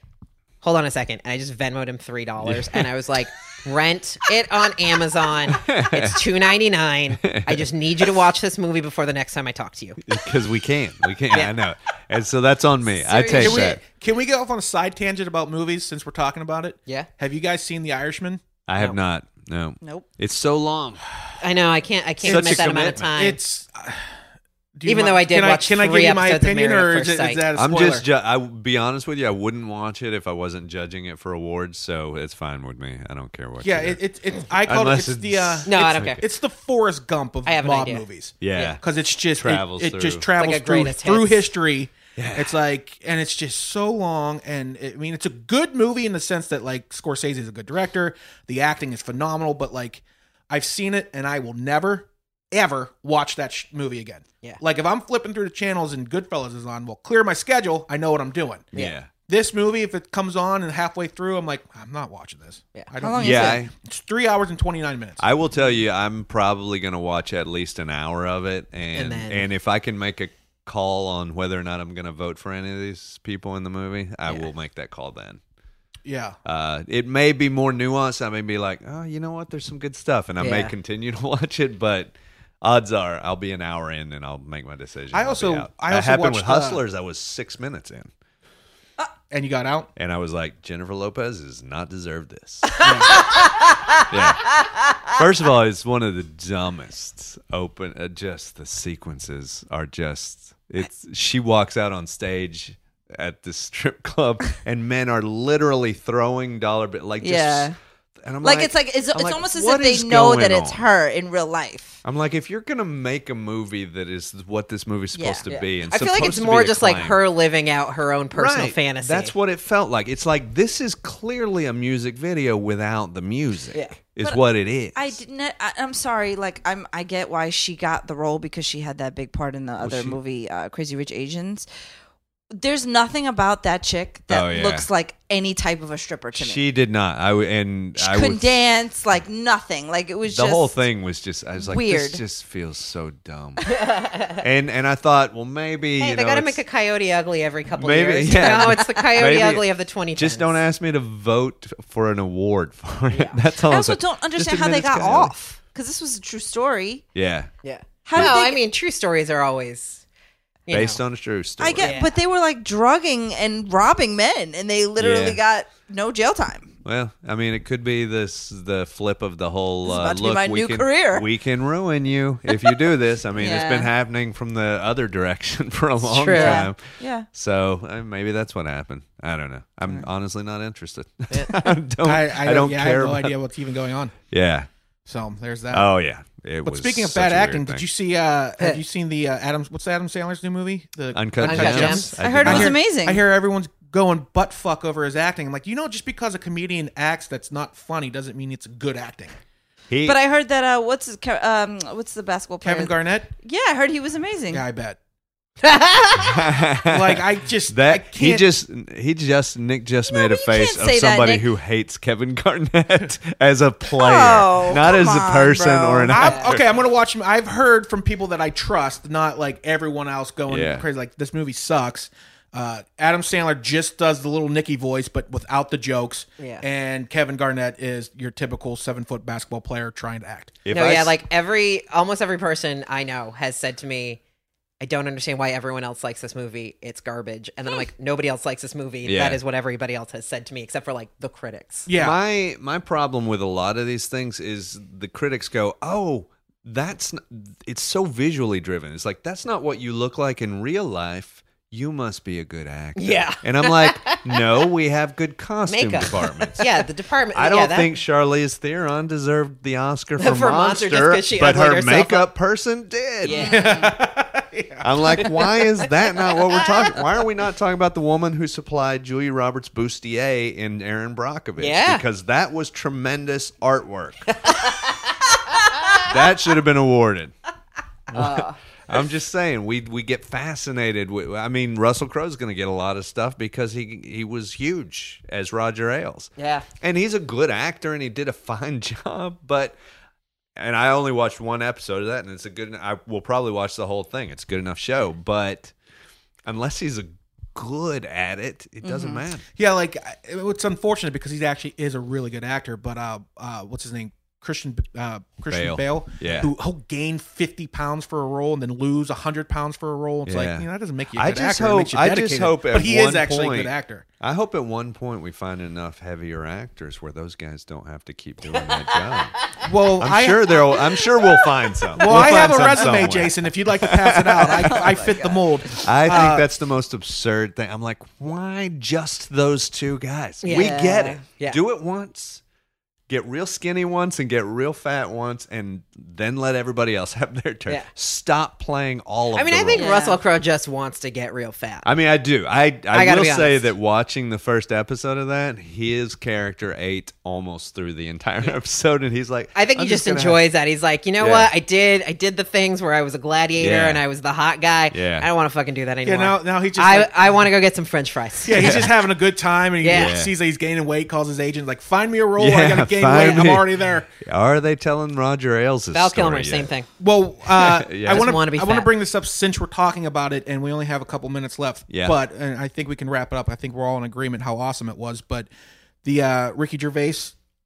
"Hold on a second. And I just Venmoed him three dollars, and I was [LAUGHS] like, "Rent it on Amazon. It's two ninety nine. I just need you to watch this movie before the next time I talk to you." Because we can, we can. I know. And so that's on me. I Seriously. take Can we, that. can we get off on a side tangent about movies since we're talking about it? Yeah. Have you guys seen The Irishman? I have not. No. Nope. It's so long. I know. I can't. I can't Such commit a that amount of commitment. time. It's. uh, do you Even though I did can watch I, can I three give you my episodes of opinion, Married at or First is, it, Sight. is that a I'm spoiler? just. Ju- I be honest with you. I wouldn't watch it if I wasn't judging it for awards. So it's fine with me. I don't care what. yeah, you do. it, it, it, I call Unless it it's the. Uh, it's- no, I it's- don't care. It's the Forrest Gump of I have an mob idea. movies. yeah. yeah. because it's just it- Travels it, through. just travels It's like a through, greatest through hits. history. It's like, and it's just so long, and it, I mean, it's a good movie in the sense that like Scorsese is a good director, the acting is phenomenal, but like I've seen it, and I will never ever watch that sh- movie again. Yeah. like if I'm flipping through the channels and Goodfellas is on, well, clear my schedule. I know what I'm doing. Yeah. This movie, if it comes on and halfway through, I'm like, I'm not watching this. Yeah. I How don't. long Yeah. is it? I- It's three hours and twenty nine minutes. I will tell you, I'm probably going to watch at least an hour of it, and And then- and if I can make a call on whether or not I'm going to vote for any of these people in the movie, I will make that call then. yeah, Uh, it may be more nuanced. I may be like, oh, you know what? There's some good stuff, and I may Yeah. continue to [LAUGHS] watch it, but. Odds are, I'll be an hour in and I'll make my decision. I I'll be also- out. I that also happened with watched, uh, Hustlers. I was six minutes in, and you got out. and I was like, Jennifer Lopez does not deserve [LAUGHS] this. yeah. First of all, it's one of the dumbest open. Uh, just the sequences are just. It's she walks out on stage at the strip [LAUGHS] club, and men are literally throwing dollar bit like just- Yeah. And I'm Like, it's like it's, I'm it's like, almost as what if is they know that going it's on? her in real life. I'm like, if you're gonna make a movie that is what this movie's Yeah. supposed to be, and I feel like supposed it's to be more just like acclaimed. her living out her own personal Right. fantasy. That's what it felt like. It's like this is clearly a music video without the music. Yeah. Is But what it is. I didn't. I, I'm sorry. Like I'm. I get why she got the role because she had that big part in the other movie, uh, Crazy Rich Asians. There's nothing about that chick that Oh, yeah. looks like any type of a stripper to me. She did not. I w- and She I couldn't was, dance. Like nothing. Like it was the just whole thing was just. I was like, weird. this just feels so [LAUGHS] dumb. and and I thought, well, maybe Hey, you they know, got to it's- make a coyote ugly every couple Maybe, years. yeah. [LAUGHS] No, it's the coyote Maybe. ugly of the 2010s. Just don't ask me to vote for an award for it. [LAUGHS] That's all. I I'm also saying. don't Just understand how admit they it's got kinda- off because this was a true story. Yeah, Yeah. How no, did they I get- mean, true stories are always you based know. on a true story. I get, Yeah. but they were like drugging and robbing men, and they literally Yeah. got no jail time. Well, I mean, it could be this the flip of the whole. This is uh, about to be look, my we new can, career." We can ruin you if you do this. I mean, it's been Yeah. happening from the other direction [LAUGHS] for a long true. Yeah. time. Yeah. So uh, maybe that's what happened. I don't know. I'm honestly not interested. [LAUGHS] I don't. I, I, I, don't yeah, care. I have no about- idea what's even going on. Yeah. So there's that. Oh yeah. It But was speaking of such bad a weird acting, thing. did you see? Uh, have you seen the uh, Adam? What's Adam Sandler's new movie? The Uncut, Uncut Gems? Gems? I did heard it not. was hear, amazing. I hear everyone's going butt fuck over his acting. I'm like, you know, just because a comedian acts that's not funny doesn't mean it's good acting. He- But I heard that uh, what's his, ca- um, what's the basketball player? Kevin Garnett, Yeah, I heard he was amazing. yeah, I bet. [LAUGHS] Like I just I That can't, he just he just Nick just made a but you face can't of say that, somebody Nick. who hates Kevin Garnett [LAUGHS] as a player, Oh, not as come a on, person bro. or an [LAUGHS] I'm, actor. okay, I'm gonna watch. I've heard from people that I trust, not like everyone else going Yeah. crazy. Like this movie sucks. Uh, Adam Sandler just does the little Nicky voice, but without the jokes. Yeah. And Kevin Garnett is your typical seven foot basketball player trying to act. If no, I yeah, s- like every almost every person I know has said to me, I don't understand why everyone else likes this movie. It's garbage. And then I'm [LAUGHS] like, nobody else likes this movie. Yeah. That is what everybody else has said to me, except for like the critics. Yeah. My my problem with a lot of these things is the critics go, "Oh, that's n- it's so visually driven." It's like that's not what you look like in real life. You must be a good actor. Yeah. And I'm like, "No, we have good costume Makeup. departments." Yeah, the department. I yeah, don't that- think Charlize Theron deserved [LAUGHS] the Oscar for, For Monster Monster, just 'cause she but uglied her herself makeup person [LAUGHS] did. Yeah. [LAUGHS] I'm like, why is that not what we're talking? Why are we not talking about the woman who supplied Julia Roberts bustier in Aaron Brockovich? Yeah. because that was tremendous artwork. that should have been awarded. Uh. I'm just saying, we we get fascinated. With, I mean, Russell Crowe's going to get a lot of stuff because he he was huge as Roger Ailes. Yeah. And he's a good actor and he did a [LAUGHS] fine job, but and I only watched one episode of that and it's a good I will probably watch the whole thing. It's a good enough show, but unless he's a good at it, it doesn't Mm-hmm. matter. Yeah, like I- it's unfortunate because he actually is a really good actor, but uh, uh what's his name? Christian uh, Christian Bale, Bale. Yeah. who who gained fifty pounds for a role and then lose hundred pounds for a role. It's Yeah. like you know that doesn't make you. A I good just actor. It hope- makes you I just dedicated. hope at but he is one actually a point- good actor. I hope at one point we find enough heavier actors where those guys don't have to keep doing that [LAUGHS] job. Well, I'm I, sure there'll I'm sure we'll find some. Well, We'll I find have a some resume, somewhere. Jason. If you'd like to pass it out, [LAUGHS] I, I fit the mold. I think Uh, that's the most absurd thing. I'm like, why just those two guys? We Yeah. get it. Yeah. Do it once. Get real skinny once and get real fat once, and then let everybody else [LAUGHS] have their turn. Yeah. Stop playing all of. I mean, the I think roles. Russell Crowe just wants to get real fat. I mean, I do. I I I, gotta will be say honest. that watching the first episode of that, his character ate almost through the entire [LAUGHS] episode, and he's like, I think "I'm he just, gonna have- enjoys that. He's like, you know Yeah. what? I did. I did the things where I was a gladiator Yeah. and I was the hot guy. Yeah. I don't want to fucking do that anymore. now- now he just, I like- I want to go get some French fries. Yeah, he's just having a good time, and he Yeah. sees that he's gaining weight. Calls his agent, like, "Find me a role. I Yeah, got to gain find weight. I'm me." already there." Are they telling Roger [LAUGHS] Ailes' Val story Kilmer, yet? same thing. [LAUGHS] Well, [LAUGHS] uh, Yeah. I Doesn't want wanna to be I want to fat. bring this up since we're talking about it, and we only have a couple minutes left. Yeah. but and I think we can wrap it up. I think we're all in agreement how awesome it was. But the uh, Ricky Gervais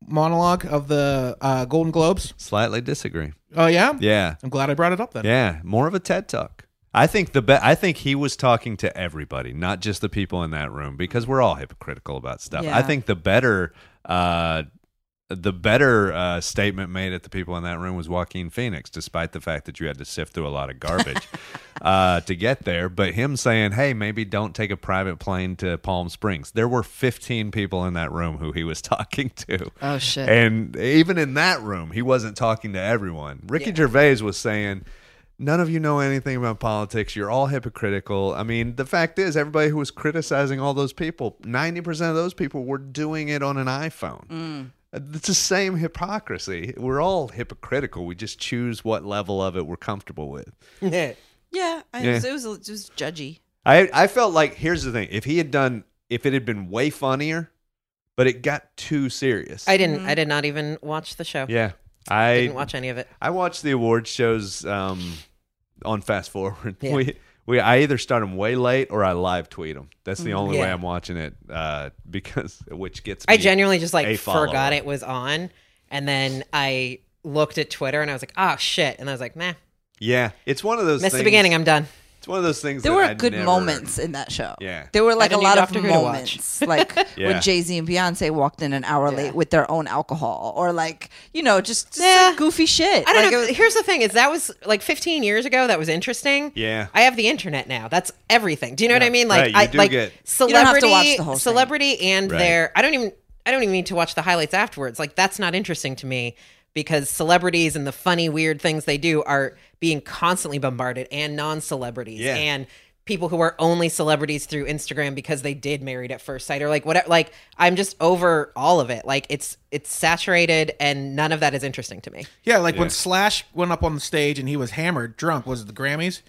monologue of the uh, Golden Globes. Slightly disagree. Oh yeah, Yeah, I'm glad I brought it up then. Yeah, more of a TED talk. I think the be- I think he was talking to everybody, not just the people in that room, because we're all hypocritical about stuff. Yeah. I think the better uh, the better uh, statement made at the people in that room was Joaquin Phoenix, despite the fact that you had to sift through a lot of [LAUGHS] garbage uh, to get there. But him saying, "Hey, maybe don't take a private plane to Palm Springs." There were 15 people in that room who he was [LAUGHS] talking to. Oh, shit. And even in that room, he wasn't talking to everyone. Ricky Gervais was saying, None of you know anything about politics. You're all hypocritical. I mean, the fact is, everybody who was criticizing all those people, 90% of those people were doing it on an iPhone. Mm. Uh, It's the same hypocrisy. We're all hypocritical. We just choose what level of it we're comfortable with. Yeah, I, Yeah. It, was, it was it was judgy. I I felt like here's the thing: if he had done, if it had been way funnier, but it got too serious. I Mm-hmm. didn't. I did not even watch the show. yeah, I I didn't watch any of it. I watch the award shows um, on fast forward. [LAUGHS] Yeah. We we I either start them way late or I live tweet them. That's the only way Mm. Yeah. I'm watching it uh, [LAUGHS] because which gets me. I genuinely just a like follower. forgot it was on, and then I looked at Twitter and I was like, oh shit, and I was like, meh, yeah. It's one of those missed things, the beginning. I'm done. It's one of those things. There that were I good never- moments in that show. Yeah. There were like I a need lot Doctor of Who to watch. [LAUGHS] moments, like Yeah. when Jay Z and Beyonce walked in an hour late with their own alcohol, or like you know just, just Yeah. like goofy shit. I don't Like, know. it was- Here's the thing: is that was like 15 years ago. That was interesting. Yeah. I have the internet now. That's everything. Do you know what I mean? Like, Right, you I do like get- celebrity, don't have to watch the whole thing. celebrity, and Right. their. I don't even. I don't even need to watch the highlights afterwards. Like, that's not interesting to me because celebrities and the funny, weird things they do are being constantly bombarded, and non-celebrities, Yeah. and people who are only celebrities through Instagram because they did married at first sight or like whatever like I'm just over all of it like it's it's saturated and none of that is interesting to me. Yeah, like when Yeah. Slash went up on the stage and he was hammered, drunk. Was it the Grammys?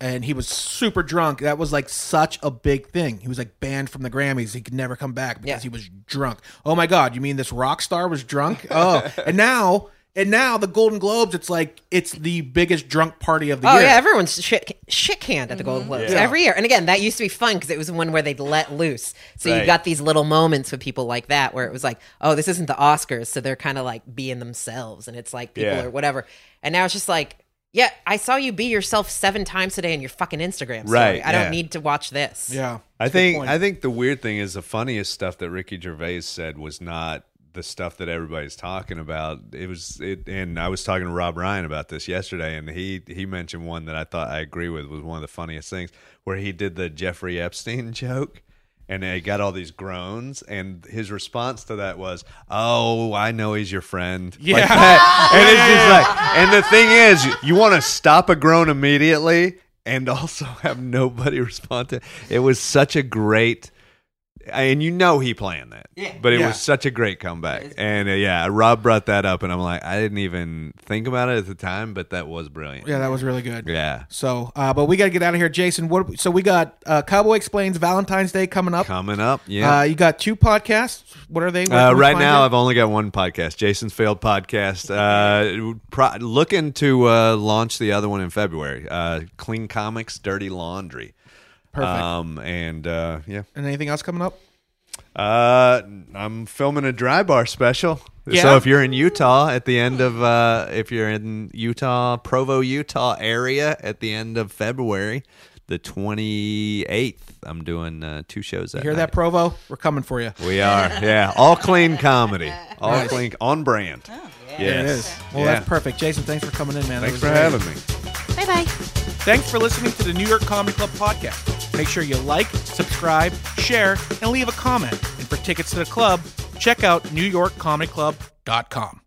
and he was super drunk. That was like such a big thing. He was like banned from the Grammys. He could never come back because Yeah. he was drunk. Oh my god, you mean this rock star was drunk? [LAUGHS] Oh, and now and now the Golden Globes, it's like it's the biggest drunk party of the Oh year. yeah, everyone's shit shit canned at the Golden Globes Yeah. every year. And again, that used to be fun because it was one where they'd let loose. So Right. you got these little moments with people like that where it was like, oh, this isn't the Oscars, so they're kind of like being themselves, and it's like people Yeah. or whatever. And now it's just like, yeah, I saw you be yourself seven times today in your fucking Instagram story. Right, I don't yeah. need to watch this. yeah. I think point. I think the weird thing is the funniest stuff that Ricky Gervais said was not the stuff that everybody's talking about. It was it, and I was talking to Rob Ryan about this yesterday, and he he mentioned one that I thought I agree with was one of the funniest things where he did the Jeffrey Epstein [LAUGHS] joke. And they got all these groans, and his response to that was, "Oh, I know he's your friend." Like [LAUGHS] Yeah. that. and it's just like, and the thing is, you want to stop a groan immediately, and also [LAUGHS] have nobody respond to it. It was such a great, and you know he planned that. Yeah. But it Yeah. was such a great comeback. And uh, yeah, Rob brought that up, and I'm like, I didn't even think about it at the time, but that was brilliant. Yeah, that was really good. Yeah. So, uh, but we got to get out of here, Jason. What? So we got uh, Cowboy Explains Valentine's Day coming up. Coming up. Yeah. Uh, you got two podcasts. What are they? Where Uh, can we right find now, you? I've only got one podcast, Jason's Failed Podcast. Uh, pro- looking to uh, launch the other one in February. Uh, Clean Comics, Dirty Laundry. perfect. Um, and uh, yeah, and anything else coming up? Uh, I'm filming a dry bar special. Yeah? So if you're in Utah at the end of uh, if you're in Utah, Provo, Utah area at the end of February, the 28th, I'm doing uh, two shows. That Hear that, Provo? We're coming for you. night. We are, yeah, all clean comedy, all clean on brand. yes. There it is. Well, Yeah. that's perfect, Jason. Thanks for coming in, man. That Thanks was for great. having me. Bye bye. Thanks for listening to the New York Comedy Club podcast. Make sure you like, subscribe, share, and leave a comment. And for tickets to the club, check out newyorkcomedyclub.com.